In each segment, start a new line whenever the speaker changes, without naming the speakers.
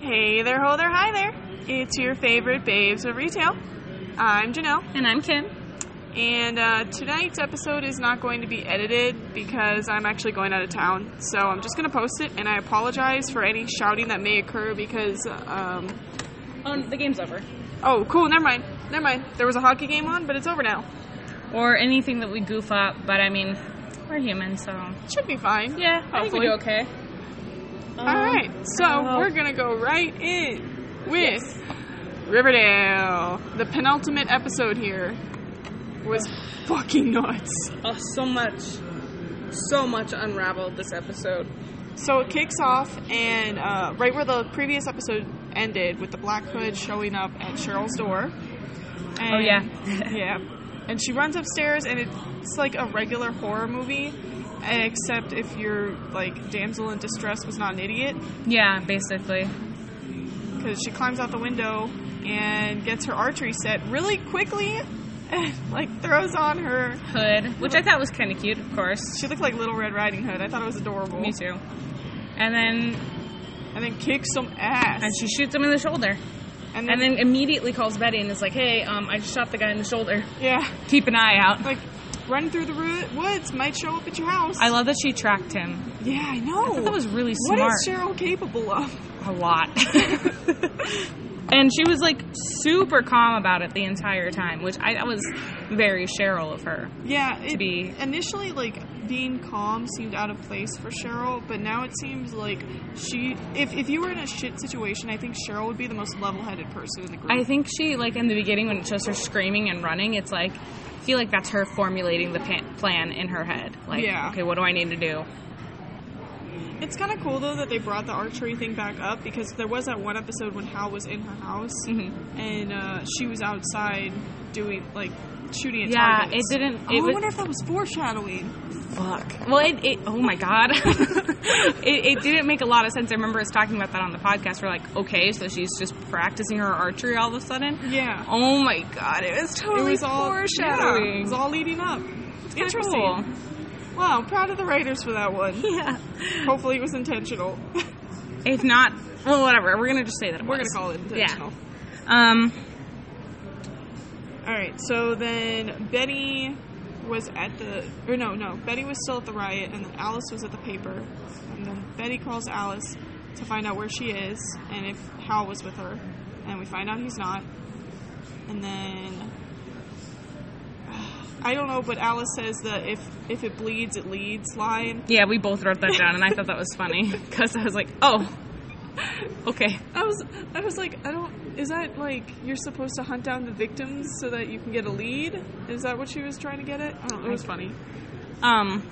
Hey there, ho there, hi there. It's your favorite Babes of Retail. I'm Janelle,
And I'm Kim.
and uh, tonight's episode is not going to be edited because I'm actually going out of town. So I'm just going to post it, and I apologize for any shouting that may occur because, um,
Um, the game's over.
oh, cool, never mind, never mind. There was a hockey game on, but it's over now.
Or anything that we goof up, but I mean, we're human, so
Should be fine.
yeah,
I think we do
okay. Um,
All right, so
well-
we're gonna go right in with Riverdale. The penultimate episode here was fucking nuts.
Oh, so much, so much unraveled this episode.
So it kicks off, and uh, right where the previous episode ended, with the Black Hood showing up at Cheryl's door. And,
Oh, yeah.
yeah. And she runs upstairs, and it's like a regular horror movie, except if your like damsel in distress was not an idiot.
Yeah, basically.
because she climbs out the window and gets her archery set really quickly and like throws on her
Hood, which I thought was kind of cute, of course.
she looked like little red riding hood i thought it was adorable
Me too. And then,
and then kicks some ass
and she shoots him in the shoulder,
and,
and then immediately calls Betty and is like, "Hey, um, I just shot the guy in the shoulder.
yeah
Keep an eye out."
like run through the roo- woods might show up at your house
I love that she tracked him.
yeah i know
That was really
what
smart.
is cheryl capable of
a lot. and she was like super calm about it the entire time, which I that was very Cheryl of her.
yeah it,
be-
initially like being calm seemed out of place for cheryl but now it seems like she if, if you were in a shit situation i think cheryl would be the most level-headed person in the group
I think she like in the beginning when it shows her screaming and running, it's like I feel like that's her formulating the pan- plan in her head. Like,
Yeah.
okay, what do I need to do?
It's kind of cool though that they brought the archery thing back up because there was that one episode when Hal was in her house
Mhm.
and uh, she was outside doing like shooting at
Yeah,
targets.
it didn't-
Oh,
it
I
was-
wonder if that was foreshadowing.
Fuck. Well, it, it oh my god, it, it didn't make a lot of sense. I remember us talking about that on the podcast. We're like, okay, so she's just practicing her archery all of a sudden.
Yeah,
Oh my god, it was totally
it was all
foreshadowing.
yeah, it was all leading up.
Kinda
Interesting.
cool.
Wow, I'm proud of the writers for that one.
Yeah.
Hopefully, it was intentional.
If not, well, whatever. We're gonna just say that. It
We're gonna
was.
call it intentional.
Yeah. Um.
All right. So then Betty was at the or no no Betty was still at the riot and then Alice was at the paper and then Betty calls Alice to find out where she is and if Hal was with her and we find out he's not and then I don't know but Alice says that if if it bleeds it leads line
Yeah, we both wrote that down, and I thought that was funny because I was like, oh, okay.
I was I was like I don't is that like you're supposed to hunt down the victims so that you can get a lead is that what she was trying to get at I don't know it was funny
Um.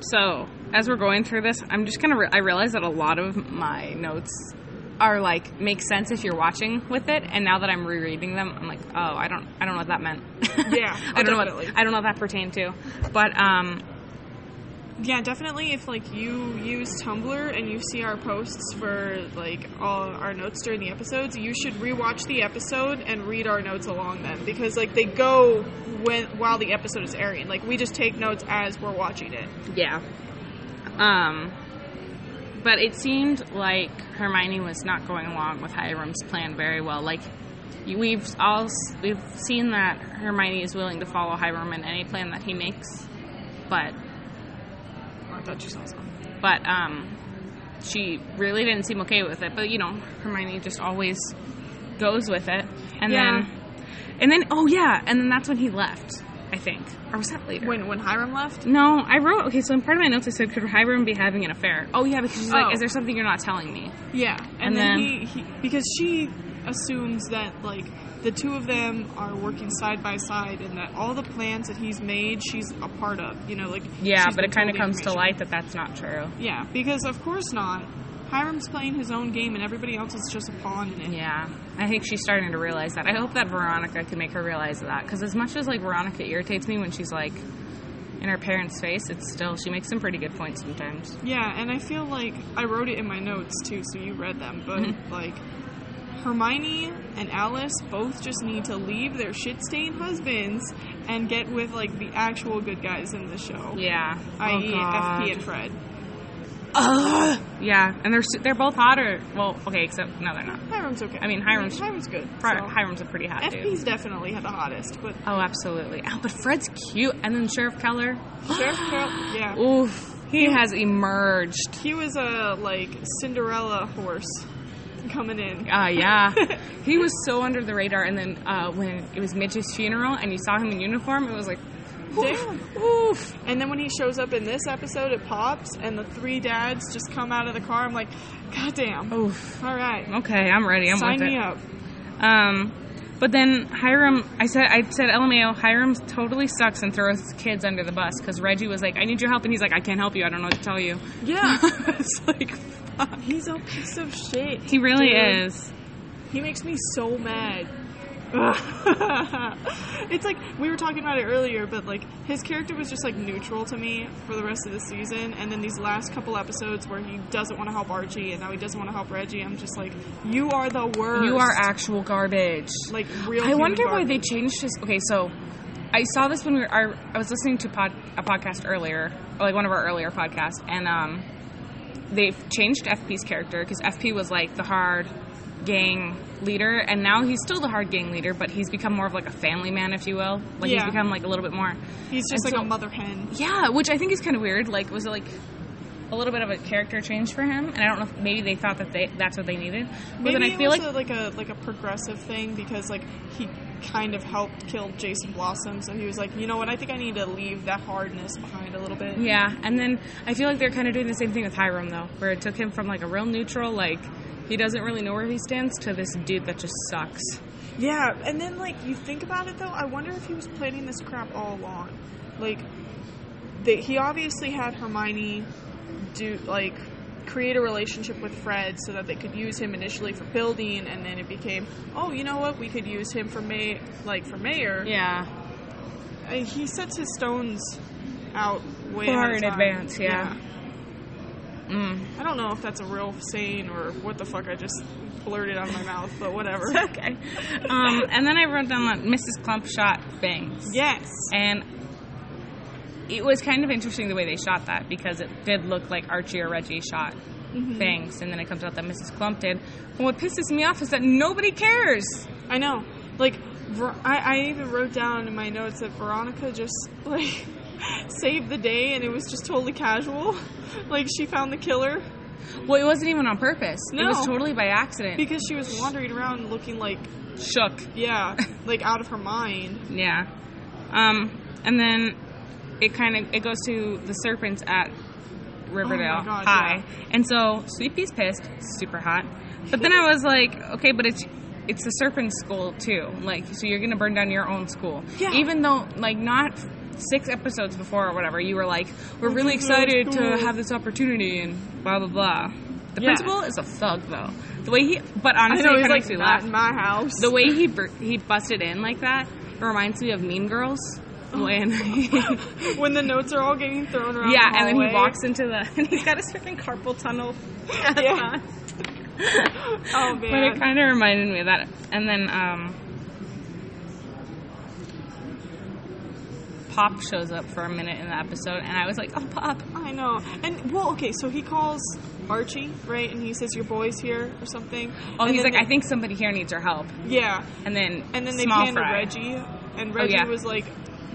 So as we're going through this, I'm just gonna. Re- I realize that a lot of my notes are like make sense if you're watching with it, and now that I'm rereading them, I'm like, oh, I don't, I don't know what that meant.
Yeah,
I don't know
definitely.
what I don't know what that pertained to, but um,
Yeah, definitely. If like you use Tumblr and you see our posts for like all our notes during the episodes, you should rewatch the episode and read our notes along them because like they go when while the episode is airing. Like we just take notes as we're watching it.
Yeah. Um, but it seemed like Hermione was not going along with Hiram's plan very well. Like you- we've all s- we've seen that Hermione is willing to follow Hiram in any plan that he makes, but
Oh, I thought you saw something.
but um, she really didn't seem okay with it. But you know, Hermione just always goes with it, and
Yeah.
then and then oh yeah, and then that's when he left. I think, or was that later?
When when Hiram left,
No, I wrote okay. So in part of my notes, I said, "Could Hiram be having an affair?" Oh yeah, because she's
Oh.
like, "Is there something you're not telling me?"
yeah, and,
And
then, he,
then-
he because she assumes that like the two of them are working side by side and that all the plans that he's made, she's a part of. You know, like
Yeah,
she's
but
been
it kind
told
of
the
comes to
information.
light that that's not true.
Yeah, because of course not. Hiram's playing his own game, and everybody else is just a pawn in it.
Yeah, I think she's starting to realize that. I hope that Veronica can make her realize that because as much as like Veronica irritates me when she's like in her parents' face, it's still she makes some pretty good points sometimes.
Yeah, and I feel like I wrote it in my notes too, so you read them. But like, Hermione and Alice both just need to leave their shit-stained husbands and get with like the
E
actual good guys in the show,
Yeah,
i.e.,
Oh, God.
FP and Fred.
Ugh. Yeah, and they're su- they're both hotter. Well, okay, except no, they're not.
Hiram's okay.
I mean, Hiram's-
Hiram's good.
Pri-
so.
Hiram's a pretty hot dude.
FP's definitely had the hottest, but
Oh, absolutely. Oh, but Fred's cute, and then Sheriff Keller.
Sheriff Carroll, yeah.
Oof, he has emerged.
He was a like Cinderella horse coming in.
Uh, yeah, he was so under the radar. And then uh, when it was Mitch's funeral, and you saw him in uniform, it was like, oof,
Damn.
oof.
And then when he shows up in this episode, it pops, and the three dads just come out of the car. I'm like, God damn.
Oof.
All right.
Okay, I'm ready. I'm
Sign
with
me
it.
up.
Um, but then Hiram, I said, I said, LMAO, Hiram totally sucks and throws kids under the bus because Reggie was like, I need your help, and he's like, I can't help you. I don't know what to tell you.
Yeah.
it's like, fuck.
He's a piece of shit.
he really
dude.
is.
He makes me so mad. it's like we were talking about it earlier, but like his character was just like neutral to me for the rest of the season, and then these last couple episodes where he doesn't want to help Archie and now he doesn't want to help Reggie. I'm just like, you are the worst.
You are actual garbage.
like real.
I
human
wonder why they
garbage.
changed his. Okay, so I saw this when we were. I, I was listening to pod, a podcast earlier, or like one of our earlier podcasts, and um, they changed FP's character because FP was like the hard gang leader, and now he's still the hard gang leader, but he's become more of like a family man, if you will. Like he's
Yeah.
become like a little bit more.
He's just
and
like
so-
a mother hen.
Yeah, which I think is kind of weird. Like, was it like a little bit of a character change for him? And I don't know if maybe they thought that they that's what they needed. But
Maybe
then I
it
feel
was
like
a, like a like a progressive thing because like he kind of helped kill Jason Blossom, so he was like, you know what? I think I need to leave that hardness behind a little bit.
Yeah, and then I feel like they're kind of doing the same thing with Hiram though, where it took him from like a real neutral, like he doesn't really know where he stands, to this dude that just sucks.
Yeah, and then like you think about it though, I wonder if he was planning this crap all along. Like, they, he obviously had Hermione do like create a relationship with Fred so that they could use him initially for building, and then it became, oh, you know what? We could use him for may like for mayor.
Yeah,
Uh, He sets his stones out way
far
ahead of
in
time.
advance. Yeah. Mm.
I don't know if that's a real saying or what the fuck I just blurted out of my mouth, but whatever.
Okay. Um, and then I wrote down that Mrs. Clump shot bangs,
yes.
and it was kind of interesting the way they shot that because it did look like Archie or Reggie shot
Mhm.
bangs, and then it comes out that Mrs. Clump did. But what pisses me off is that nobody cares.
I know. Like, Ver- I, I even wrote down in my notes that Veronica just, like, saved the day and it was just totally casual. like, she found the killer
Well, it wasn't even on purpose. It was
No.
totally by accident.
because she was wandering around looking like,
shook.
yeah, like out of her mind.
Yeah. Um, and then it kind of it goes to the serpents at Riverdale
Oh my God,
High, and so Sweet Pea's pissed, super hot. But then I was like, okay, but it's it's the serpent school too. Like, so you're gonna burn down your own school,
Yeah.
even though like not. Six episodes before or whatever, you were like, "We're
We're
really
gonna go to
excited to
school."
have this opportunity," and blah blah blah. The
Yeah.
principal is a thug, though. The way he, but
I
honestly,
know,
it
he's
kinda
like,
makes me
not
laugh.
in my house.
The way he bur- he busted in like that reminds me of Mean Girls when
when Oh. the notes are all getting thrown around.
yeah,
the
and then he
hallway.
walks into the and he's got his freaking carpal tunnel.
Yeah. Oh,
but it
man.
kind of reminded me of that. And then um, Pop shows up for a minute in the episode, and I was like, "Oh, Pop!"
I know. And, well, okay, so he calls Archie, right? And he says, Your boy's here or something.
Oh,
And
he's
then
like, "I
they-
think somebody here needs your help."
Yeah.
And then
And then they
small
panned to
fry.
Reggie, and Reggie
yeah.
was like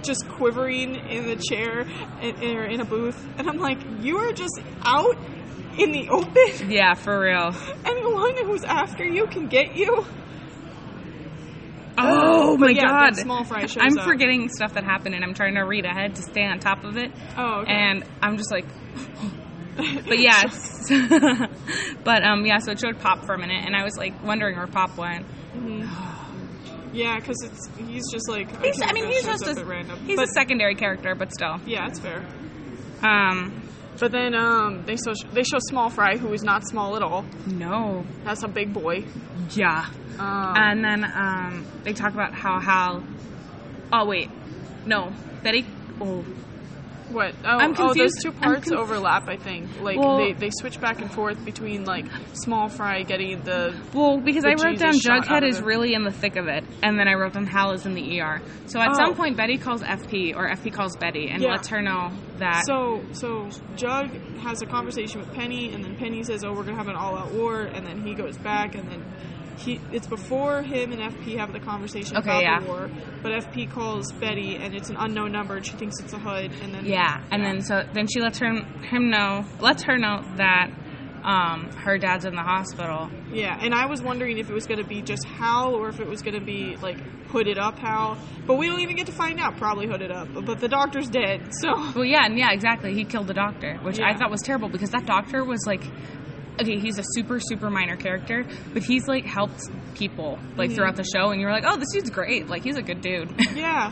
just quivering in the chair in, in, or in a booth. And I'm like, you are just out in the open.
Yeah, for real.
Anyone who's after you can get you.
Oh my
But yeah, then
god!
Small Fry shows
I'm
up.
forgetting stuff that happened, and I'm trying to read ahead to stay on top of it.
Oh, okay.
And I'm just like, but yeah, it's- but um, yeah. So it showed Pop for a minute, and I was like wondering where Pop went.
Mm-hmm. yeah, because it's he's just like I,
He's,
can't
I mean,
remember,
he's
shows
just
up
a,
at random.
he's a
but
secondary character, but still.
yeah, it's fair.
Um,
But then um, they show they show Small Fry, who is not small at all.
no,
That's a big boy.
yeah.
Um,
And then um, they talk about how Hal. Oh wait, no, Betty. Oh,
What? Oh,
I'm
oh, those
confused.
two
I'm
parts
conf-
overlap, I think. Like,
Well-
they, they switch back and forth between, like, Small Fry getting the.
Well, because
The
I wrote
Jesus
down
shot out
Jughead
of
is
it.
really in the thick of it, and then I wrote down Hal is in the ER. So at
Oh.
some point, Betty calls FP, or FP calls Betty, and
Yeah.
lets her know that
So, so Jug has a conversation with Penny, and then Penny says, "Oh, we're gonna have an all-out war," and then he goes back, and then he. It's before him and FP have the conversation
Okay,
about
yeah.
the war, but FP calls Betty, and it's an unknown number, and she thinks it's a hood, and then
yeah, and then so then she lets him him know lets her know that um, her dad's in the hospital.
yeah, and I was wondering if it was gonna be just Hal or if it was gonna be like hooded up Hal, but we don't even get to find out probably hooded up, but the doctor's dead, so
Well, yeah, and yeah, exactly. He killed the doctor, which I
Yeah.
thought was terrible because that doctor was like, okay, he's a super super minor character, but he's like helped people like
Mhm.
throughout the show, and you're like, oh, this dude's great. Like he's a good dude.
yeah,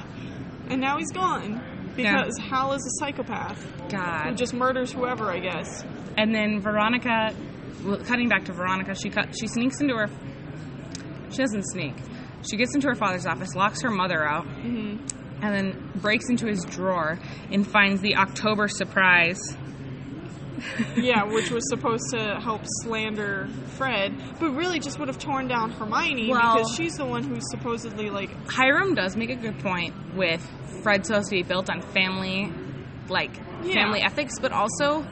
and now he's gone
Yeah.
because Hal is a psychopath who
God.
just murders whoever, I guess.
And then Veronica, well, cutting back to Veronica, she cut she sneaks into her. She doesn't sneak. She gets into her father's office, locks her mother out, Mm-hmm.
hmm
and then breaks into his drawer and finds the October surprise.
Yeah, which was supposed to help slander Fred, but really just would have torn down Hermione
Well-
because she's the one who's supposedly like,
Hiram does make a good point with Fred's supposed to be built on family, like
Yeah.
family ethics, but also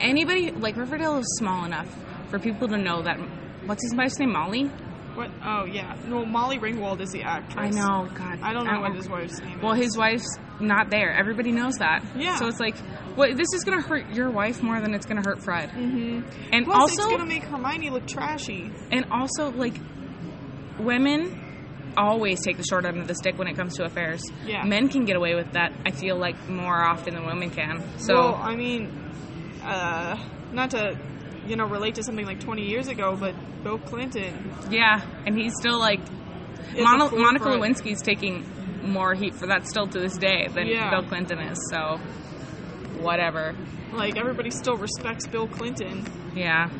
anybody like Riverdale is small enough for people to know that what's his wife's name, Molly.
what? Oh yeah, well Molly Ringwald is the
I
actress.
know, God,
I don't know what his wife's name
Well,
is.
his wife's not there. Everybody knows that.
Yeah.
So it's like, what? This is gonna hurt your wife more than it's gonna hurt Fred.
hmm
And
Plus,
also,
it's gonna make Hermione look trashy.
and also like women always take the short end of the stick when it comes to affairs
Yeah.
men can get away with that i feel like more often than women can so
well, I mean, uh, not to you know relate to something like 20 years ago, but Bill Clinton.
yeah and he's still like
is a
Mon-
fool
monica
for it.
lewinsky's taking more heat for that still to this day than
Yeah.
bill clinton is so whatever
Like everybody still respects Bill Clinton.
yeah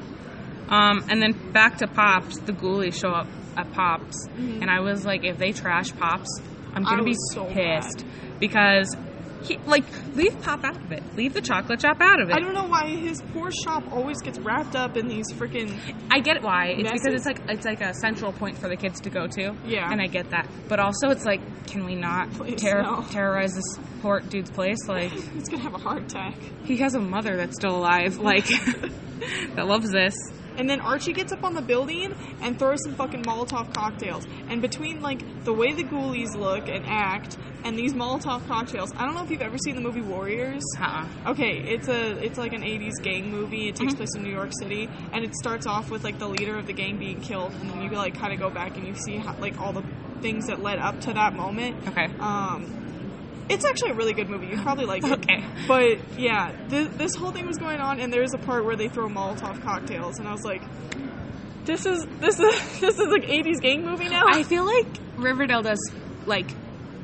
um, and then back to pops the ghoulies show up at pops and i was like if they trash pops i'm
I
gonna be
was so
pissed because he, like leave pop out of it leave the chocolate shop out of it
I don't know why his poor shop always gets wrapped up in these freaking
I get why. It's because
Message.
it's like it's like a central point for the kids to go to.
Yeah.
And I get that. But also it's like can we not
Please,
terror-
no.
terrorize this poor dude's place? Like
He's gonna have a heart attack.
he has a mother that's still alive, like that loves this.
And then Archie gets up on the building and throws some fucking Molotov cocktails. And between like the way the ghoulies look and act and these Molotov cocktails, I don't know if you've ever seen the movie Warriors.
Huh.
Okay, it's a it's like an 80s gang movie. It
Mm-hmm.
takes place in New York City and it starts off with like the leader of the gang being killed and then you like kind of go back and you see how, like all the things that led up to that moment.
Okay.
Um it's actually a really good movie. You probably like it.
Okay.
But yeah, th- this whole thing was going on, and there's a part where they throw Molotov cocktails, and I was like, "This is this is this is like '80s gang movie now."
I feel like Riverdale does like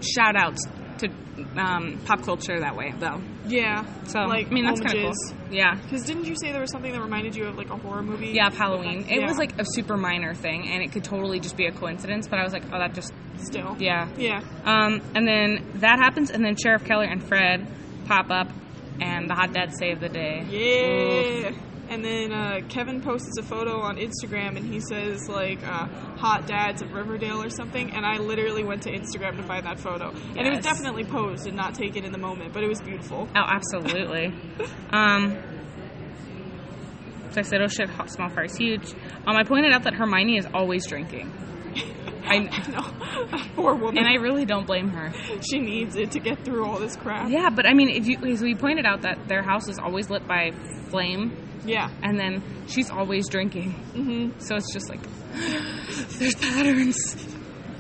shout outs to um, pop culture that way though.
yeah,
So
like
I mean that's kind of
homages.
cool. Yeah.
Because didn't you say there was something that reminded you of like a horror movie?
Yeah, Halloween. It
Yeah.
was like a super minor thing, and it could totally just be a coincidence. But I was like, oh, that just
Still.
yeah.
Yeah.
Um, and then that happens, and then Sheriff Keller and Fred pop up, and the hot dad save the day. Oof.
Yeah. And then uh, Kevin posts a photo on Instagram, and he says like uh, "hot dads of Riverdale" or something. And I literally went to Instagram to find that photo, and it was
Yes.
definitely posed and not taken in the moment, but it was beautiful.
Oh, absolutely. um, so I said, oh shit, hot, small fries, huge. Um, I pointed out that Hermione is always drinking. I,
No, that poor woman.
and I really don't blame her.
she needs it to get through all this crap.
Yeah, but I mean, if you, as we pointed out that their house is always lit by flame,
Yeah.
and then she's always drinking.
hmm
So it's just like, there's patterns.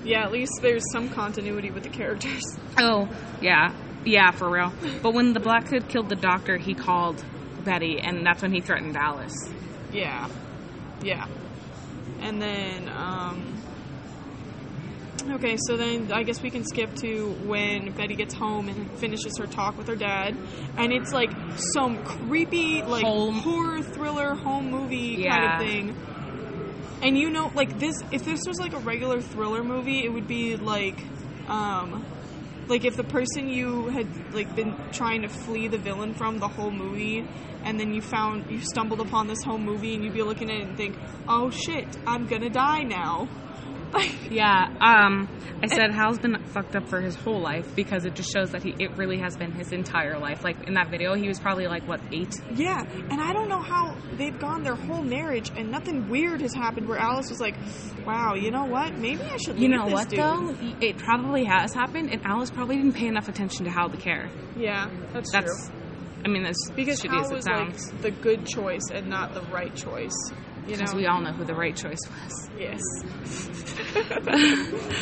Yeah, at least there's some continuity with the characters.
Oh, yeah. Yeah, for real. But when the black kid killed the doctor, he called Betty, and that's when he threatened Alice.
Yeah. Yeah. And then, um. Okay, so then I guess we can skip to when Betty gets home and finishes her talk with her dad. And it's like some creepy, like,
Home.
horror thriller home movie
Yeah.
kind of thing. And you know, like, this, if this was like a regular thriller movie, it would be like, um, like if the person you had like been trying to flee the villain from the whole movie and then you found you stumbled upon this whole movie and you'd be looking at it and think oh shit i'm gonna die now life.
Yeah. Um, I said Hal's been fucked up for his whole life because it just shows that he it really has been his entire life. Like in that video, he was probably like what eight.
Yeah, and I don't know how they've gone their whole marriage and nothing weird has happened where Alice was like, "Wow, you know what? Maybe I should."
You
leave
know
this
what
dude."
though? It probably has happened, and Alice probably didn't pay enough attention to Hal to care.
Yeah, that's,
That's.
true.
I mean, that's
Because
shitty
Hal
as it
was
sounds.
like the good choice and not the right choice. You know.
Because we all know who the right choice was.
yes.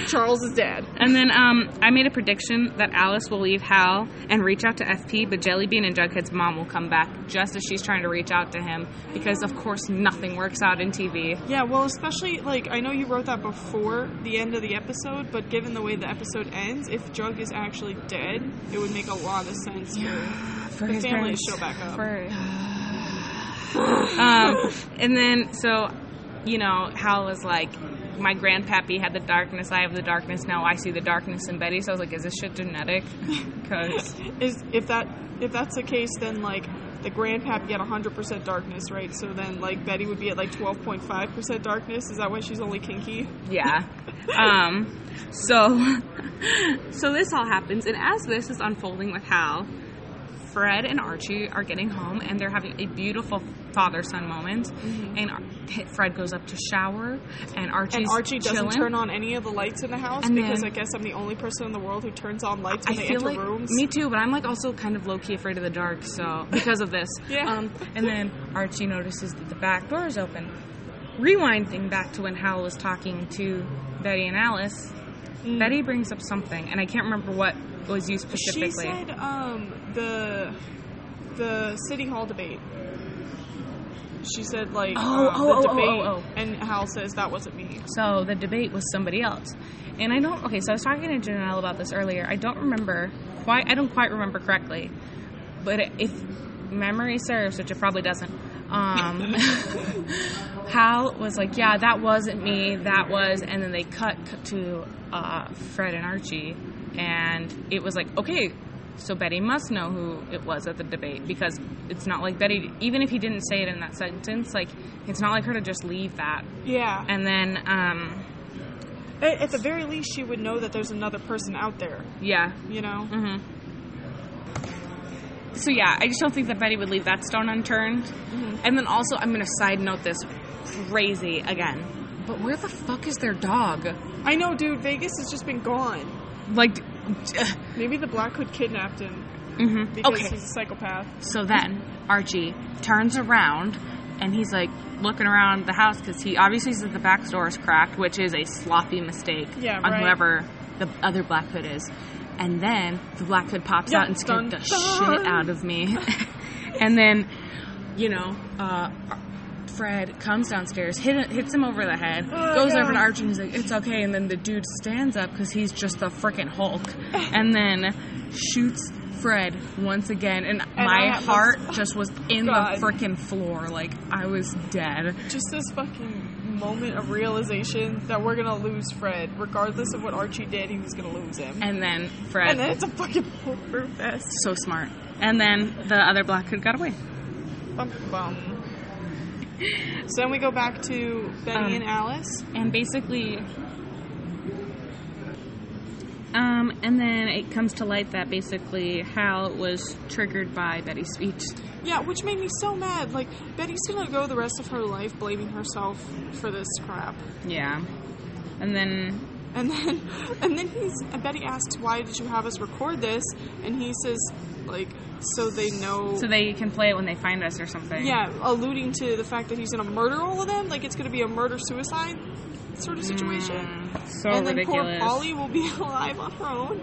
Charles is dead.
And then um, I made a prediction that Alice will leave Hal and reach out to FP, but Jellybean and Jughead's mom will come back just as she's trying to reach out to him because, of course, nothing works out in TV.
Yeah, well, especially like I know you wrote that before the end of the episode, but given the way the episode ends, if Jug is actually dead, it would make a lot of sense. For,
for
The
his
family
parents.
to show back up.
For- um, and then so, you know, Hal was like, my grandpappy had the darkness. I have the darkness now. I see the darkness in Betty. So I was like, is this shit genetic? Because
is if that if that's the case, then like the grandpappy had 100% darkness, right? So then like Betty would be at like 12.5% darkness. Is that why she's only kinky?
yeah. Um, so, so this all happens, and as this is unfolding with Hal, Fred and Archie are getting home, and they're having a beautiful father-son moment. And Ar- Fred goes up to shower, and Archie's
and Archie doesn't
chilling.
turn on any of the lights in the house
And
because
then-
I guess I'm the only person in the world who turns on lights when
I
they
feel
enter
like
rooms.
me too, but I'm like also kind of low key afraid of the dark, so because of this.
Yeah.
Um, and then Archie notices that the back door is open. Rewinding back to when Hal was talking to Betty and Alice, Betty brings up something, and I can't remember what was used
Mm. she
specifically.
said um, the the city hall debate. She said like
Oh,
uh,
oh,
the
oh, oh,
debate,
oh, oh.
and Hal says that wasn't me.
so the debate was somebody else, and I don't. Okay, so I was talking to Janelle about this earlier. I don't remember quite. I don't quite remember correctly, but if memory serves, which it probably doesn't, um, Hal was like, "Yeah, that wasn't me. That was," and then they cut to uh, Fred and Archie, and it was like, "Okay." So Betty must know who it was at the debate because it's not like Betty, even if he didn't say it in that sentence, like it's not like her to just leave that.
Yeah,
And then, um,
at, at the very least, she would know that there's another person out there.
yeah,
You know,
hmm So yeah, I just don't think that Betty would leave that stone unturned. And then also, I'm gonna side note this crazy again. But where the fuck is their dog?
I know, dude. Vegas has just been gone.
Like,
Maybe the Black Hood kidnapped him
hmm
because
okay.
he's a psychopath.
So then Archie turns around and he's like looking around the house because he obviously sees that the back door is cracked, which is a sloppy mistake
Yeah,
on
right.
whoever the other Black Hood is. And then the Black Hood pops
Yeah,
out and scared
dun,
the
dun.
shit out of me. and then, you know, uh, Fred comes downstairs, hit, hits him over the head,
Oh,
goes
no.
over to Archie and he's like, it's okay. And then the dude stands up because he's just the freaking Hulk. and then shoots Fred once again. And,
I
my
have-
heart just was in
God.
the freaking floor. Like, I was dead.
Just this fucking moment of realization that we're gonna lose Fred, regardless of what Archie did. He was gonna lose him.
And then Fred,
And then it's a fucking poker fest.
so smart. And then the other black hood got away.
Bum, bum. So then we go back to Betty
Um,
and Alice.
And basically, um, and then it comes to light that basically Hal was triggered by Betty's speech.
Yeah, which made me so mad. Like, Betty's gonna go the rest of her life blaming herself for this crap.
Yeah. And then,
And then, and then he's, and Betty asks, why did you have us record this? And he says, like, so they know.
so they can play it when they find us or something.
yeah, alluding to the fact that he's gonna murder all of them. Like, it's gonna be a murder suicide sort of situation.
Mm, so
and then
ridiculous.
poor Polly will be alive on her own.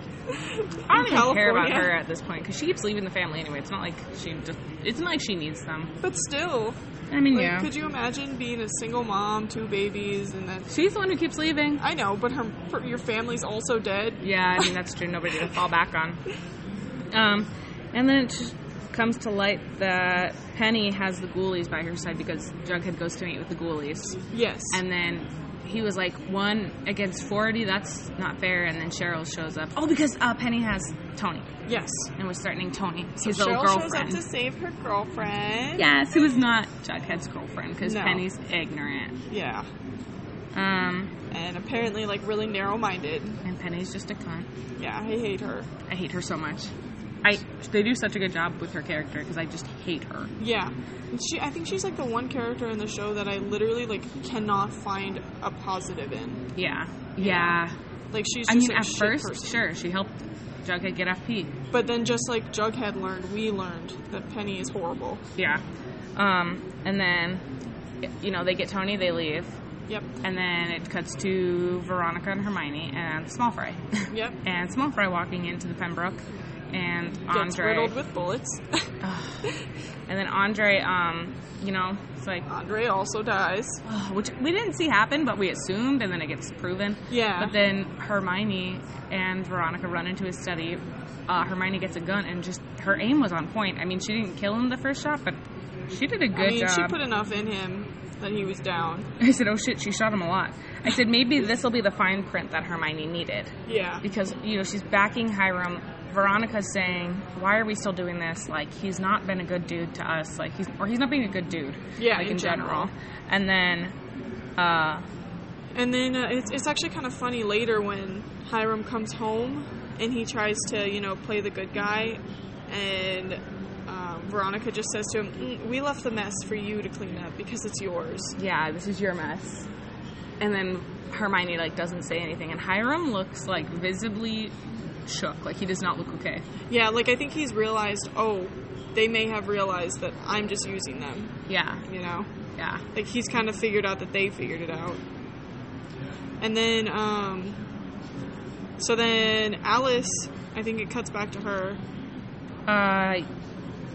I don't
in
even care about
California.
her at this point because she keeps leaving the family anyway. It's not like she just. It's not like she needs them.
But still,
I mean,
Like,
yeah,
Could you imagine being a single mom, two babies, and then
she's the one who keeps leaving.
I know, but her her- your family's also dead.
Yeah, I mean that's true. Nobody to fall back on. Um, and then it just comes to light that Penny has the ghoulies by her side because Jughead goes to meet with the ghoulies,
Yes.
and then. He was like one against forty. That's not fair. And then Cheryl shows up. Oh, because uh, Penny has Tony
yes.
and was threatening Tony,
So
his
Cheryl
little
shows up
girlfriend.
to save her girlfriend.
yes, who is not Jughead's girlfriend because
No.
Penny's ignorant.
Yeah.
Um,
and apparently like really narrow-minded.
and Penny's just a cunt.
Yeah, I hate her.
I hate her so much. I they do such a good job with her character because I just hate her.
Yeah, And she. I think she's like the one character in the show that I literally like cannot find a positive in.
Yeah. Yeah.
Like she's. Just
I mean,
a
at
shit
first,
person.
sure, she helped Jughead get FP.
But then, just like Jughead learned, we learned that Penny is horrible.
Yeah. Um, and then, you know, they get Tony, they leave,
Yep.
and then it cuts to Veronica and Hermione and Small Fry.
Yep.
and Small Fry walking into the Pembroke, and
Gets
Andre.
riddled with bullets.
Ugh. and then Andre, um, you know, it's like,
Andre also dies.
ugh, which we didn't see happen, but we assumed, and then it gets proven.
Yeah.
But then Hermione and Veronica run into his study. Uh, Hermione gets a gun and just her aim was on point. I mean, she didn't kill him the first shot, but she did a good
I mean,
job.
she put enough in him that he was down.
I said, "Oh shit, she shot him a lot." I said, "Maybe this will be the fine print that Hermione needed
Yeah.
because you know she's backing Hiram. Veronica's saying, "Why are we still doing this? Like he's not been a good dude to us. Like he's or he's not being a good dude.
Yeah,
like
in general.
And then, uh,
And then uh, it's, it's actually kind of funny later when Hiram comes home and he tries to, you know, play the good guy. And uh, Veronica just says to him, mm, We left the mess for you to clean up because it's yours.
yeah, this is your mess. And then Hermione like doesn't say anything, and Hiram looks like visibly shook. Like he does not look okay.
Yeah, like I think he's realized, oh, they may have realized that I'm just using them,
Yeah,
you know?
yeah.
Like he's kind of figured out that they figured it out. And then, um, so then Alice, I think it cuts back to her.
Uh,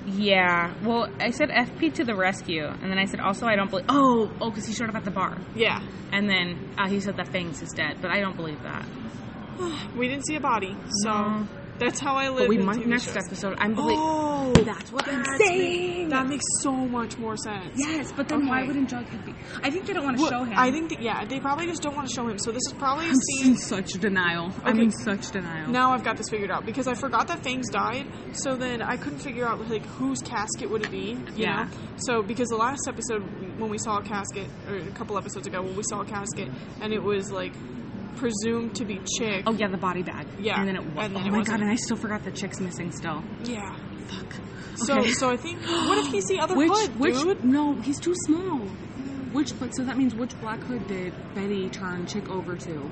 yeah. Well, I said FP to the rescue, and then I said also I don't believe. Oh, oh, because he showed up at the bar,
Yeah,
and then uh, he said that Fangs is dead, but I don't believe that.
we didn't see a body, so
No.
that's how I live.
But we
in
might
TV
next
shows.
episode. I'm believe.
Oh,
that's what I'm
that's-
saying.
That makes so much more sense.
Yes, but then why
Okay.
wouldn't Jughead be? I think they don't want to
Well,
show him.
I think that yeah, they probably just don't want to show him. So this is probably a
I'm
scene.
in such denial. I'm
Okay.
in such denial.
Now I've got this figured out because I forgot that Fangs died, so then I couldn't figure out like whose casket would it be. You
Yeah.
Know? So because the last episode when we saw a casket, or a couple episodes ago when we saw a casket, and it was like presumed to be Chick.
Oh yeah, the body bag.
Yeah,
And then it. wa-
and then
oh
it
my
wasn't.
god, and I still forgot the chick's missing still.
Yeah.
Fuck.
So
Okay.
so I think what if he's the other
which,
hood,
which,
dude?
No, he's too small. Which, but so that means which Black Hood did Betty turn Chick over to?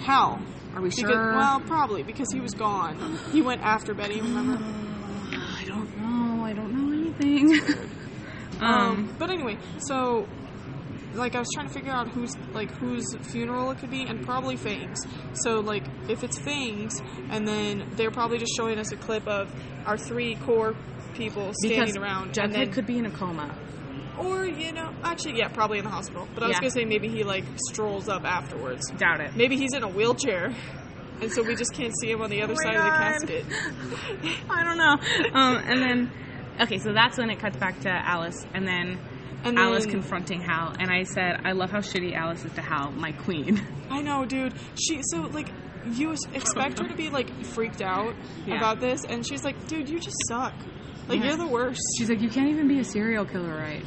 How?
Are we
Because,
sure?
Well, probably because he was gone. He went after Betty. Remember?
I don't know. I don't know anything. um,
Um, but anyway, so like I was trying to figure out whose like whose funeral it could be, and probably Fangs. So like if it's Fangs, and then they're probably just showing us a clip of our three core people standing
because
around,
Jughead
and then,
could be in a coma.
or you know, actually yeah, probably in the hospital. But I was
Yeah.
gonna say maybe he like strolls up afterwards.
Doubt it.
Maybe he's in a wheelchair, and so we just can't see him on the other
my
side
God.
of the casket.
I don't know. Um, and then, okay, so that's when it cuts back to Alice, and then.
And
Alice
then-
confronting Hal, and I said, "I love how shitty Alice is to Hal, my queen."
I know, dude. She so like you s- expect her to be like freaked out
Yeah.
about this, and she's like, dude, you just suck. Like
Yeah.
you're the worst.
She's like, you can't even be a serial killer, right?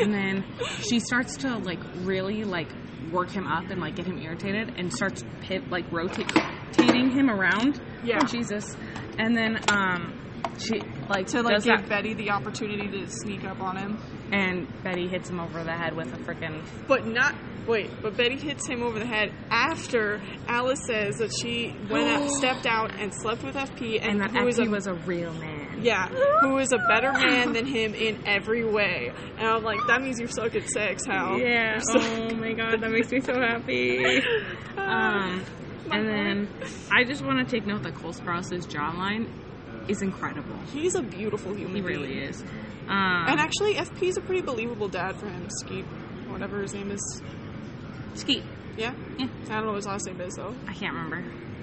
and then she starts to like really like work him up and like get him irritated and starts pit like rotating him around.
Yeah.
Oh, Jesus. And then um, she like
to like
does
give
that,
Betty the opportunity to sneak up on him,
and Betty hits him over the head with a freaking
but not. Wait, but Betty hits him over the head after Alice says that she went out, stepped out, and slept with FP, and,
and that
who is
actually
a-
was a real man.
yeah, who is a better man than him in every way. And I'm like, that means you suck at sex, Hal.
Yeah.
You suck.
Oh my god, that makes me so happy.
Ah.
Um,
My
and then I just want to take note that Cole Sprouse's jawline is incredible.
He's a beautiful human.
He
being.
really is. Um,
And actually, FP's a pretty believable dad for him. Skeet, whatever his name is.
Skeet.
Yeah?
Yeah.
I don't know what his last name is, though.
I can't remember.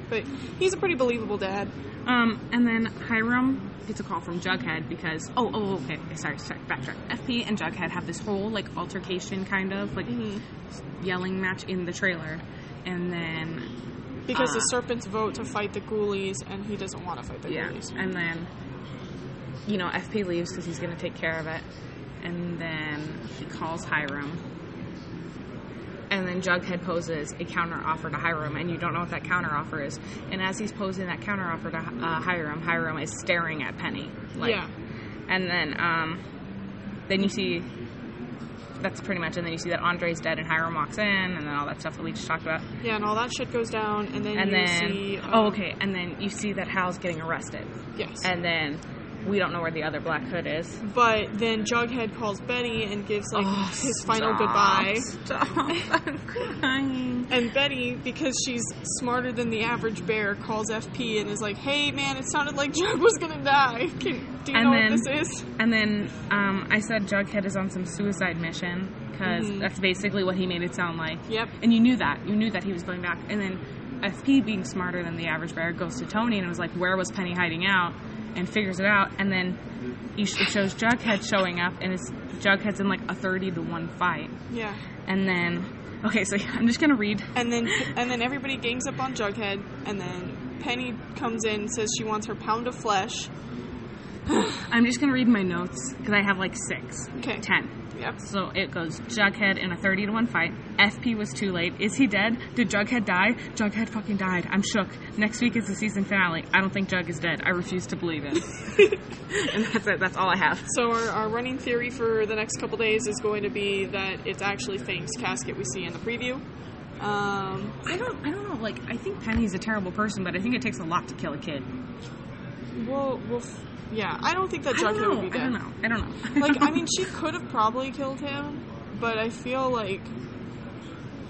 But he's a pretty believable dad.
Um, and then Hiram gets a call from Jughead because oh oh okay sorry sorry backtrack. FP and Jughead have this whole like altercation kind of like
Mhm.
yelling match in the trailer, and then
Because the
Ah.
serpents vote to fight the ghoulies, and he doesn't want to fight the
yeah,
ghoulies.
and then you know FP leaves because he's gonna take care of it, and then he calls Hiram. and then Jughead poses a counteroffer to Hiram, and you don't know what that counteroffer is. And as he's posing that counteroffer to uh, Hiram, Hiram is staring at Penny. Like,
yeah.
And then, um, then you see that's pretty much, and then you see that Andre's dead, and Hiram walks in, and then all that stuff that we just talked about.
Yeah, and all that shit goes down, and then
And
you
then,
see. um,
oh, okay, and then you see that Hal's getting arrested,
Yes.
and then we don't know where the other Black Hood is.
but then Jughead calls Betty and gives like
Oh,
his final
stop.
goodbye.
Stop! I'm crying.
And Betty, because she's smarter than the average bear, calls FP and is like, "Hey, man, it sounded like Jug was gonna die. Can, do you
And
know
then-
what this is?"
And then um, I said Jughead is on some suicide mission because
Mhm.
that's basically what he made it sound like.
Yep.
And you knew that. You knew that he was going back. And then FP, being smarter than the average bear, goes to Tony and was like, Where was Penny hiding out? And figures it out. And then you sh- it shows Jughead showing up, and it's Jughead's in like a 30 to 1 fight.
Yeah.
And then, okay, so I'm just going to read.
And then and then everybody gangs up on Jughead, and then Penny comes in, says she wants her pound of flesh.
I'm just going to read my notes because I have like six,
Okay.
10.
Yep.
So it goes Jughead in a 30 to 1 fight. FP was too late. Is he dead? Did Jughead die? Jughead fucking died. I'm shook. Next week is the season finale. I don't think Jug is dead. I refuse to believe it. and that's it. That's all I have.
So our, our running theory for the next couple days is going to be that it's actually Fang's casket we see in the preview. Um,
I don't I don't know. Like I think Penny's a terrible person, but I think it takes a lot to kill a kid.
we'll, we'll f- yeah, I don't think that
I don't
Jughead
know.
would be
I don't
dead.
know. I don't know.
Like, I mean, she could have probably killed him, but I feel like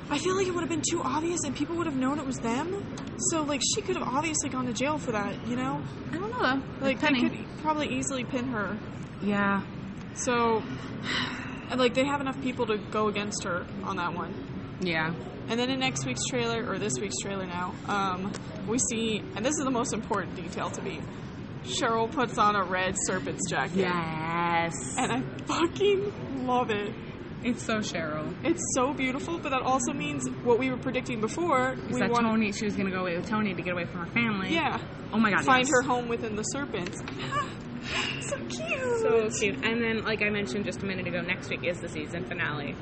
I feel like it would have been too obvious, and people would have known it was them. So, like, she could have obviously gone to jail for that, you know?
I don't know though.
Like,
Like
they
Penny.
could probably easily pin her.
Yeah.
So, and, like, they have enough people to go against her on that one.
Yeah.
And then in next week's trailer, or this week's trailer now, um, we see, and this is the most important detail to me Cheryl puts on a red serpent's jacket.
Yes.
And I fucking love it.
It's so Cheryl.
It's so beautiful, but that also means what we were predicting before.
Is
we
that
want
Tony? She was gonna go away with Tony to get away from her family.
Yeah.
Oh my god.
Find
yes.
her home within the serpents. so cute.
So cute. And then, like I mentioned just a minute ago, next week is the season finale.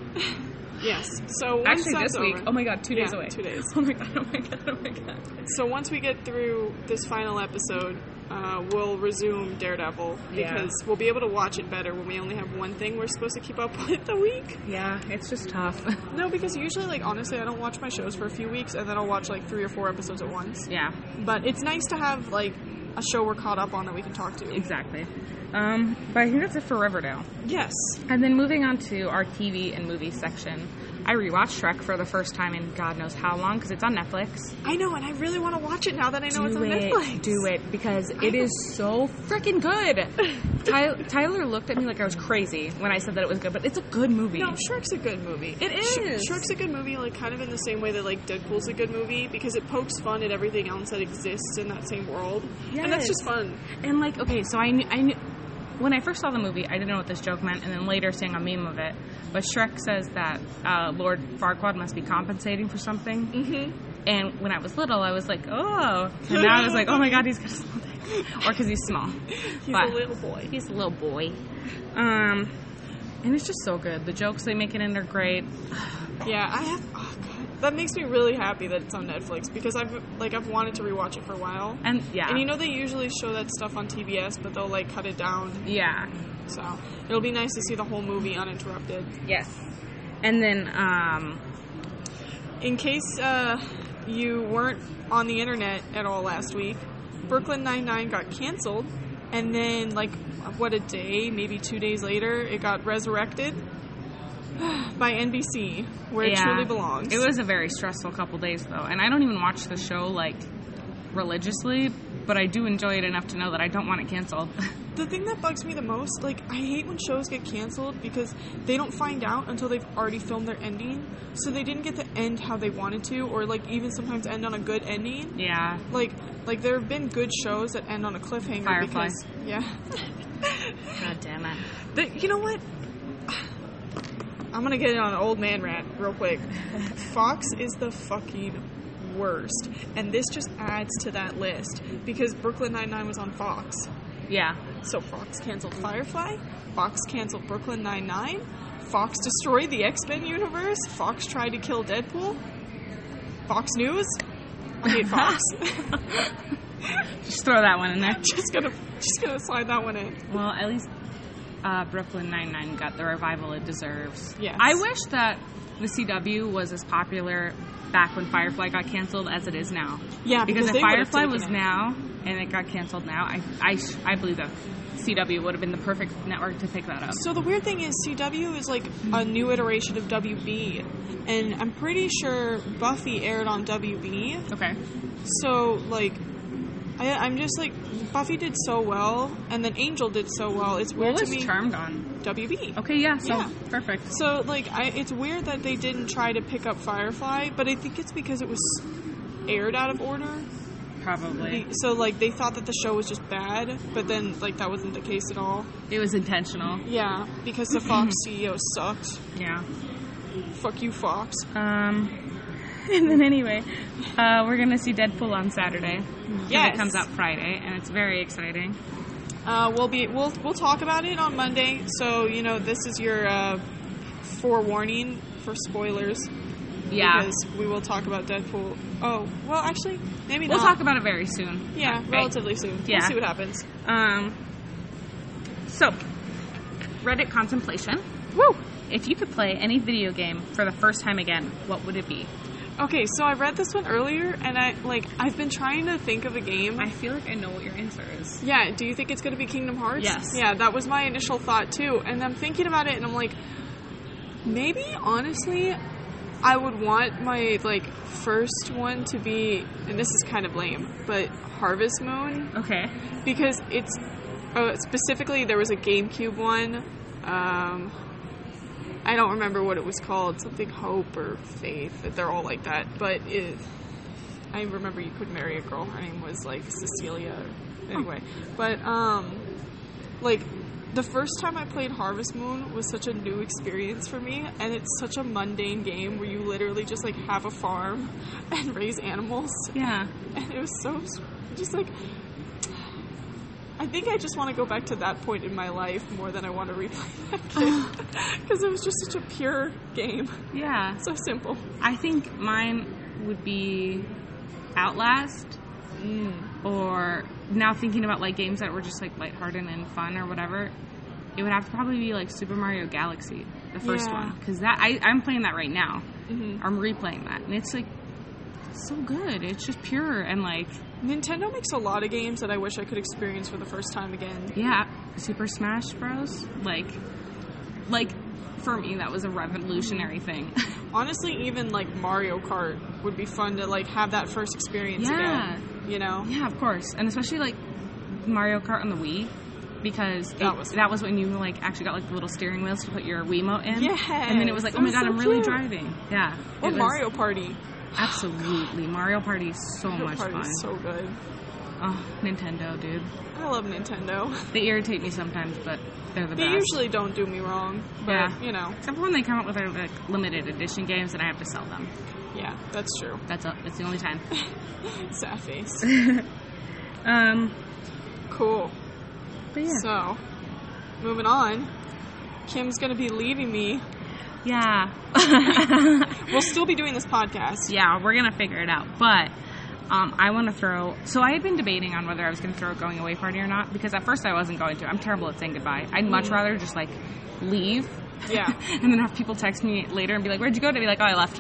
yes. So once
Actually,
that's
this week.
over-
Oh my god, two days
Yeah,
away.
two days.
Oh my god, oh my god, oh my god.
So once we get through this final episode, uh, we'll resume Daredevil
Yeah.
because we'll be able to watch it better when we only have one thing we're supposed to keep up with a week.
Yeah, it's just tough.
No, because usually, like honestly, I don't watch my shows for a few weeks and then I'll watch like three or four episodes at once.
yeah,
But it's nice to have like a show we're caught up on that we can talk to.
exactly. Um, but I think that's it for Riverdale.
Yes.
And then moving on to our TV and movie section, I rewatched Shrek for the first time in God knows how long because it's on Netflix.
I know, and I really want to watch it now that I know it's on
it,
Netflix.
do it because it is so freaking good. Ty- Tyler looked at me like I was crazy when I said that it was good, but it's a good movie.
No, Shrek's a good movie.
It
Sh-
is.
Shrek's a good movie, like kind of in the same way that like Deadpool's a good movie because it pokes fun at everything else that exists in that same world, and that's
Yes.
just fun.
And like, okay, so I knew, I knew when I first saw the movie, I didn't know what this joke meant, and then later seeing a meme of it. But Shrek says that uh, Lord Farquaad must be compensating for something.
Mm-hmm.
And when I was little, I was like, oh. And now I was like, oh my god, he's got a small dick, or because he's small.
He's
But-
a little boy.
He's a little boy. Um, and it's just so good. The jokes they make it in are great.
Yeah, I have. Oh God. That makes me really happy that it's on Netflix because I've like I've wanted to rewatch it for a while.
And yeah,
And you know they usually show that stuff on TBS, but they'll like cut it down.
yeah,
So it'll be nice to see the whole movie uninterrupted.
yes. And then um,
In case uh, you weren't on the internet at all last week, Brooklyn Nine Nine got canceled, and then like what a day, maybe two days later, it got resurrected by NBC, where it
Yeah.
truly belongs.
It was a very stressful couple days though, and I don't even watch the show like religiously, but I do enjoy it enough to know that I don't want it canceled.
the thing that bugs me the most. Like I hate when shows get canceled because they don't find out until they've already filmed their ending, so they didn't get to end how they wanted to, or like even sometimes end on a good ending.
yeah.
Like, like there have been good shows that end on a cliffhanger.
Firefly.
Because, yeah.
God damn it.
The, you know what? I'm gonna get on an old man rant real quick. Fox is the fucking worst, and this just adds to that list because Brooklyn Nine Nine was on Fox,
Yeah.
so Fox canceled Firefly, Fox canceled Brooklyn Nine Nine, Fox destroyed the X Men universe. Fox tried to kill Deadpool. Fox News. I hate Fox.
Just throw that one in there.
just gonna just gonna slide that one in.
Well, at least uh, Brooklyn Nine Nine got the revival it deserves.
Yes.
I wish that the CW was as popular back when Firefly got canceled as it is now.
Yeah,
Because,
they
if
would've
Firefly
taken
was
it.
now and it got canceled now, I I, sh- I believe that CW would have been the perfect network to pick that up.
So the weird thing is, CW is like a new iteration of WB, and I'm pretty sure Buffy aired on WB.
Okay.
So like, I, I'm just like Buffy did so well, and then Angel did so well. It's
Where
weird to
was
me.
Charmed on?
WB.
Okay, yeah. So
Yeah.
perfect.
So like, I, it's weird that they didn't try to pick up Firefly, but I think it's because it was aired out of order.
Probably
So like, they thought that the show was just bad, but then like that wasn't the case at all.
it was intentional.
Yeah, because the Fox CEO sucked.
Yeah.
Fuck you, Fox.
Um, and then anyway, uh, we're gonna see Deadpool on Saturday. 'cause
Yes.
Mm-hmm. it comes out Friday, and it's very exciting.
Uh, we'll be we'll we'll talk about it on Monday. So you know this is your uh, forewarning for spoilers.
Yeah,
Because we will talk about Deadpool. Oh well, actually maybe
we'll
not.
talk about it very soon.
yeah, relatively soon.
Yeah.
We'll see what happens.
Um, so Reddit contemplation.
Woo.
If you could play any video game for the first time again, what would it be?
Okay, so I read this one earlier, and I like I've been trying to think of a game.
feel like I know what your answer is.
yeah, do you think it's going to be Kingdom Hearts?
Yes.
Yeah, that was my initial thought too, and I'm thinking about it, and I'm like, maybe honestly, I would want my like first one to be, and this is kind of lame, but Harvest Moon.
Okay.
because it's uh, specifically there was a GameCube one. Um, I don't remember what it was called, something Hope or Faith. They're all like that, but it, I remember you could marry a girl. Her name was like Cecilia. Anyway, but um, like the first time I played Harvest Moon was such a new experience for me, and it's such a mundane game where you literally just like have a farm and raise animals
Yeah.
and it was so just like I think I just want to go back to that point in my life more than I want to replay that game because it was just such a pure game,
Yeah.
so simple.
I think mine would be Outlast. Mm, or now thinking about like games that were just like lighthearted and fun or whatever, it would have to probably be like Super Mario Galaxy, the first
Yeah.
one. 'Cause one, because that I, I'm playing that right now.
hmm
I'm replaying that, and it's like so good. It's just pure and like
Nintendo makes a lot of games that I wish I could experience for the first time again.
yeah, Super Smash Bros. Like, like for me that was a revolutionary thing.
Honestly, even like Mario Kart would be fun to like have that first experience
Yeah.
again. You know,
yeah, of course, and especially like Mario Kart on the Wii. Because
That
it-
was
that was when you like actually got like the little steering wheels to put your Wiimote in. And then it was like,
Yes,
oh my
that
god,
so
I'm really
cute.
driving. Yeah.
Or
it was
Mario Party.
Absolutely. Mario Party is so
Mario
much
Party
fun.
is so good.
oh, Nintendo, dude.
I love Nintendo.
They irritate me sometimes, but they're the
They
best.
usually don't do me wrong, but
Yeah.
you know,
Except for when they come up with their like limited edition games and I have to sell them.
yeah, that's true.
That's a, that's the only time.
Sad face.
Um
Cool.
but yeah.
So, moving on. Kim's gonna be leaving me.
yeah.
We'll still be doing this podcast.
yeah, we're gonna figure it out. But um, I want to throw. So I had been debating on whether I was gonna throw a going away party or not because at first I wasn't going to. I'm terrible at saying goodbye. I'd much rather just like leave.
Yeah.
and then have people text me later and be like, "Where'd you go?" To be like, "Oh, I left."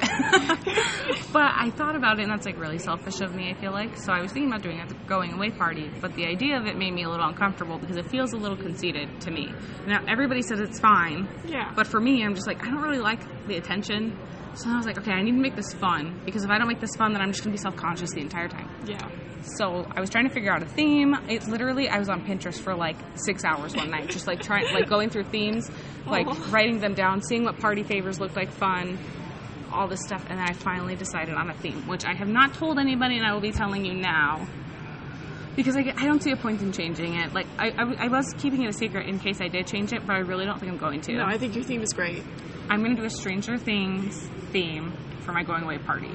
but I thought about it, and that's like really selfish of me. I feel like so I was thinking about doing a going away party, but the idea of it made me a little uncomfortable because it feels a little conceited to me. Now everybody says it's fine,
Yeah.
but for me, I'm just like, I don't really like the attention. So I was like, okay, I need to make this fun because if I don't make this fun, then I'm just gonna be self conscious the entire time.
yeah.
So I was trying to figure out a theme. It literally, I was on Pinterest for like six hours one night, just like trying, like going through themes, like
Aw.
writing them down, seeing what party favors looked like fun, all this stuff, and then I finally decided on a theme, which I have not told anybody, and I will be telling you now. Because I, I don't see a point in changing it. Like I, I, I was keeping it a secret in case I did change it, but I really don't think I'm going to.
No, I think your theme is great.
I'm going to do a Stranger Things theme for my going away party.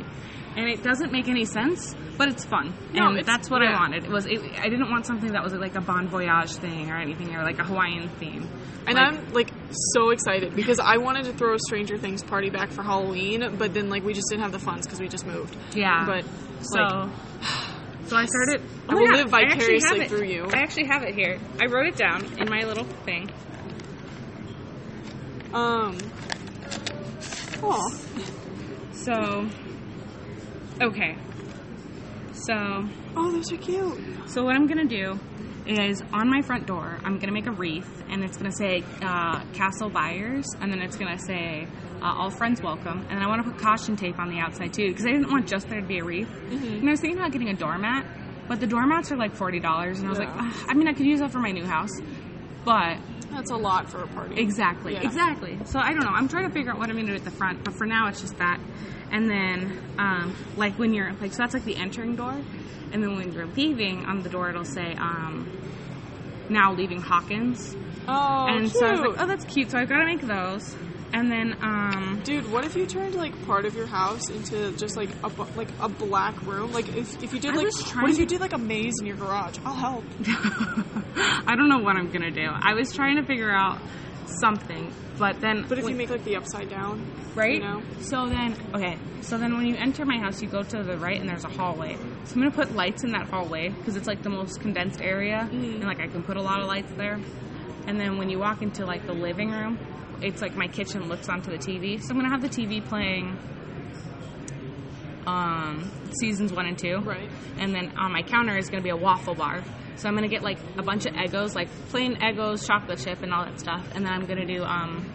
And it doesn't make any sense, but it's fun.
No,
and
it's-
that's what I
yeah.
wanted. It was it, I didn't want something that was like a bon voyage thing or anything or like a Hawaiian theme.
And
Like,
I'm like, so excited because I wanted to throw a Stranger Things party back for Halloween, but then like we just didn't have the funds because we just moved.
Yeah.
But
Ah. so,
like,
so I started.
I
oh
will
yeah,
live
I actually have
vicariously
it.
through you.
I actually have it here. I wrote it down in my little thing.
um, oh,
So, okay. So,
oh, those are cute.
so what I'm gonna do is on my front door, I'm gonna make a wreath, and it's gonna say uh, Castle Buyers, and then it's gonna say uh, All Friends Welcome, and then I want to put caution tape on the outside too, because I didn't want just there to be a wreath. And I was thinking about getting a doormat, but the doormats are like forty dollars, and I was like,
Yeah.
"Ugh, I mean, I could use that for my new house, but
That's a lot for a party.
Exactly.
Yeah.
Exactly. So I don't know. I'm trying to figure out what I'm gonna do at the front, but for now it's just that. And then, um, like when you're like, so that's like the entering door, and then when you're leaving on the door, it'll say, um, "Now leaving Hawkins."
Oh,
and
cute.
so I was like, "Oh, that's cute." So I've got to make those. And then, um,
Dude, what if you turned like part of your house into just like a bu- like a black room? Like if, if you did
I
like
was
what
trying
if you
to-
did like a maze in your garage? I'll help.
I don't know what I'm gonna do. I was trying to figure out something, but then,
But if
like-
you make like the upside down,
right?
You know?
So then, okay. So then, when you enter my house, you go to the right, and there's a hallway. So I'm gonna put lights in that hallway because it's like the most condensed area,
Mm-hmm.
and like I can put a lot of lights there. And then when you walk into like the living room, it's like my kitchen looks onto the TV. So I'm gonna have the TV playing um, seasons one and two.
Right.
And then on my counter is going to be a waffle bar. So I'm going to get like a bunch of Egos, like plain Egos, chocolate chip, and all that stuff. And then I'm going to do um,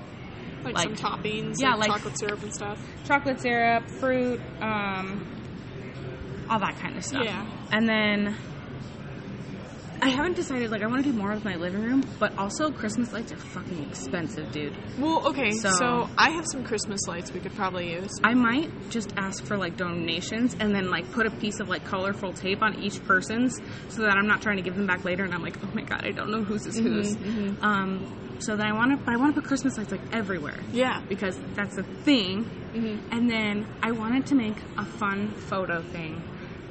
like,
Like-
some toppings,
Yeah,
like,
like-
chocolate syrup and stuff.
chocolate syrup, fruit, um, all that kind of stuff.
Yeah.
And then I haven't decided. Like, I want to do more with my living room, but also Christmas lights are fucking expensive, dude.
Well, okay, so,
So-
I have some Christmas lights we could probably use.
I might just ask for like donations and then like put a piece of like colorful tape on each person's so that I'm not trying to give them back later and I'm like, oh my god, I don't know whose is whose. Um, so then I want to, but I want to put Christmas lights like everywhere
Yeah.
because that's a thing. And then I wanted to make a fun photo thing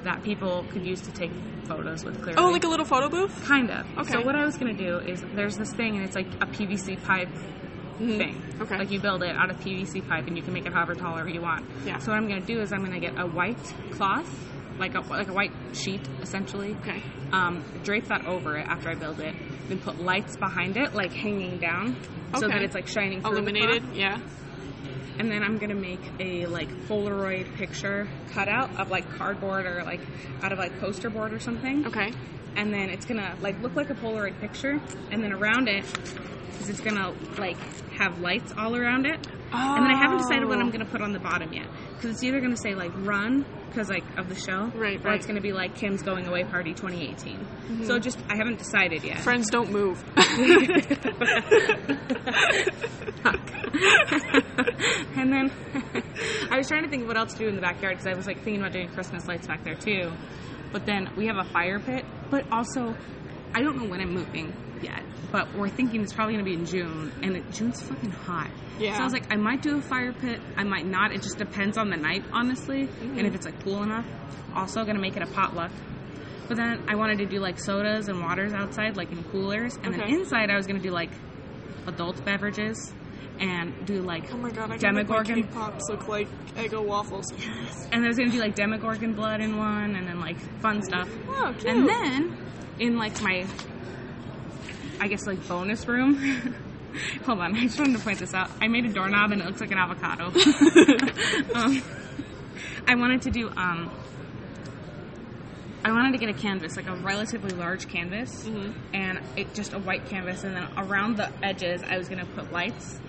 that people could use to take photos with clearly.
Oh, like a little photo booth?
kind of.
Okay.
So what I was gonna do is there's this thing and it's like a PVC pipe
Mm-hmm.
thing.
Okay.
Mm-hmm. Like you build it out of PVC pipe and you can make it however tall or you want.
Yeah.
So what I'm gonna do is I'm gonna get a white cloth, like a like a white sheet essentially.
Okay.
Um, drape that over it after I build it, then put lights behind it, like hanging down, so
Okay.
that it's like shining through the
Illuminated?
cloth
Yeah.
and then I'm gonna make a like Polaroid picture cutout of like cardboard or like out of like poster board or something.
Okay.
And then it's gonna like look like a Polaroid picture, and then around it is it's gonna like have lights all around it. And then I haven't decided what I'm
Oh.
gonna put on the bottom yet, because it's either gonna say like run because like of the show,
Right,
or
right. Hmm.
it's gonna be like Kim's going away party 2018. So just I haven't decided yet.
Friends don't move.
and then I was trying to think of what else to do in the backyard because I was like thinking about doing Christmas lights back there too. But then we have a fire pit, but also I don't know when I'm moving yet. But we're thinking it's probably gonna be in June, and it, June's fucking hot.
Yeah.
So I was like, I might do a fire pit, I might not. It just depends on the night, honestly, and
Mm-hmm.
if it's like cool enough. Also gonna make it a potluck. But then I wanted to do like sodas and waters outside, like in coolers, and
Okay.
then inside I was gonna do like adult beverages and do like
oh my god, I can make my
Demogorgon.
cake pops look like Eggo waffles.
and there's gonna be like demogorgon blood in one and then like fun stuff
Oh, cute.
and then in like my i guess like bonus room hold on i just wanted to point this out i made a doorknob and it looks like an avocado um, i wanted to do um I wanted to get a canvas, like a relatively large canvas,
Mm-hmm,
and it just a white canvas, and then around the edges, I was gonna put lights,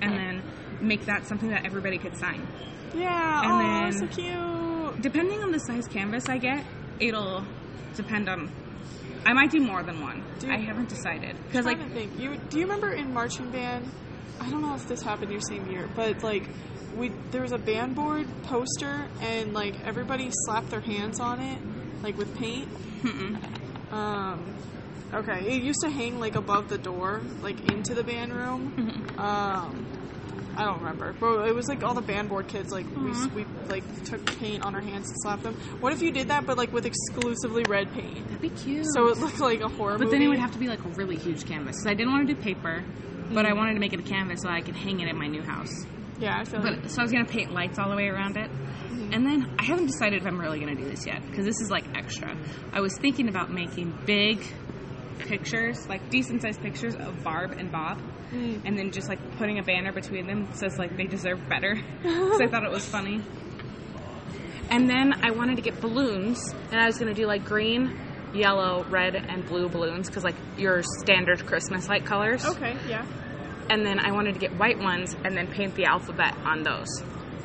and
Okay.
then make that something that everybody could sign
yeah. oh,
and
so
then-
cute.
depending on the size canvas I get, it'll depend on. I might do more than one.
Dude.
I haven't decided because like
Trying to think. You do you remember in marching band? I don't know if this happened your same year, but like we there was a band board poster and like everybody slapped their hands on it like with paint. Um, okay, it used to hang like above the door, like into the band room.
Mm-hmm.
Um, I don't remember, but it was like all the band board kids like we s
Mm-hmm.
we like took paint on our hands and slapped them. What if you did that, but like with exclusively red paint?
that'd be cute.
So it looked like a horror
but
movie.
then it would have to be like a really huge canvas. 'cause I didn't want to do paper. But I wanted to make it a canvas so I could hang it at my new house.
Yeah, I feel like
But so I was gonna paint lights all the way around it. And then I haven't decided if I'm really gonna do this yet because this is like extra. I was thinking about making big pictures, like decent sized pictures of Barb and Bob, and then just like putting a banner between them that says like they deserve better because I thought it was funny. And then I wanted to get balloons, and I was gonna do like green, yellow, red, and blue balloons because like your standard Christmas light colors
okay, yeah.
and then I wanted to get white ones and then paint the alphabet on those.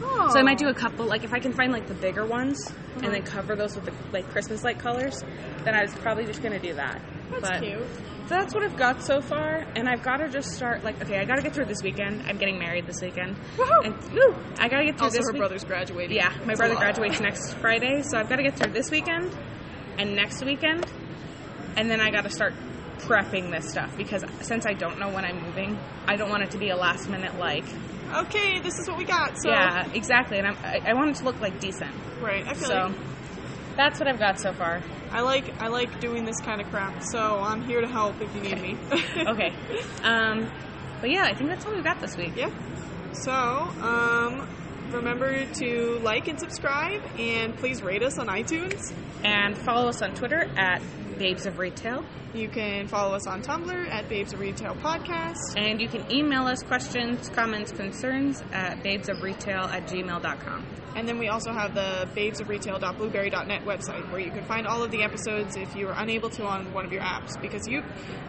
Oh.
So I might do a couple, like if I can find like the bigger ones
Mhm.
and then cover those with the like Christmas light colors, then I was probably just gonna do that.
Oh, That's
but
cute.
So that's what I've got so far, and I've got to just start. Like, okay, I got to get through this weekend. I'm getting married this weekend,
Woohoo!
and woo, I got to get through
Also,
this.
her
week-
brother's graduating.
Yeah,
It's
my
a
brother
lot.
graduates next Friday, so I've got to get through this weekend and next weekend, and then I got to start prepping this stuff because since I don't know when I'm moving, I don't want it to be a last minute like.
Okay, this is what we got. So
Yeah, exactly, and I'm, I, I want it to look like decent.
right, I feel
So
like
that's what I've got so far.
I like I like doing this kind of crap. So I'm here to help if you need me.
Okay, um, but yeah, I think that's all we've got this week.
Yeah. So, um, remember to like and subscribe, and please rate us on iTunes.
And follow us on Twitter at Babes of Retail.
You can follow us on Tumblr at Babes of Retail Podcast.
And you can email us questions, comments, concerns at babesofretail at gmail.com.
And then we also have the babesofretail.blueberry.net website where you can find all of the episodes if you are unable to on one of your apps. Because you,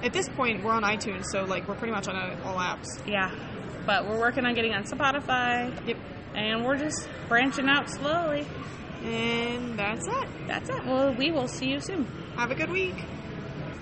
at this point, we're on iTunes, so like we're pretty much on uh, all apps.
Yeah. But we're working on getting on Spotify.
Yep.
And we're just branching out slowly.
And that's it.
That's it. Well, we will see you soon.
Have a good week.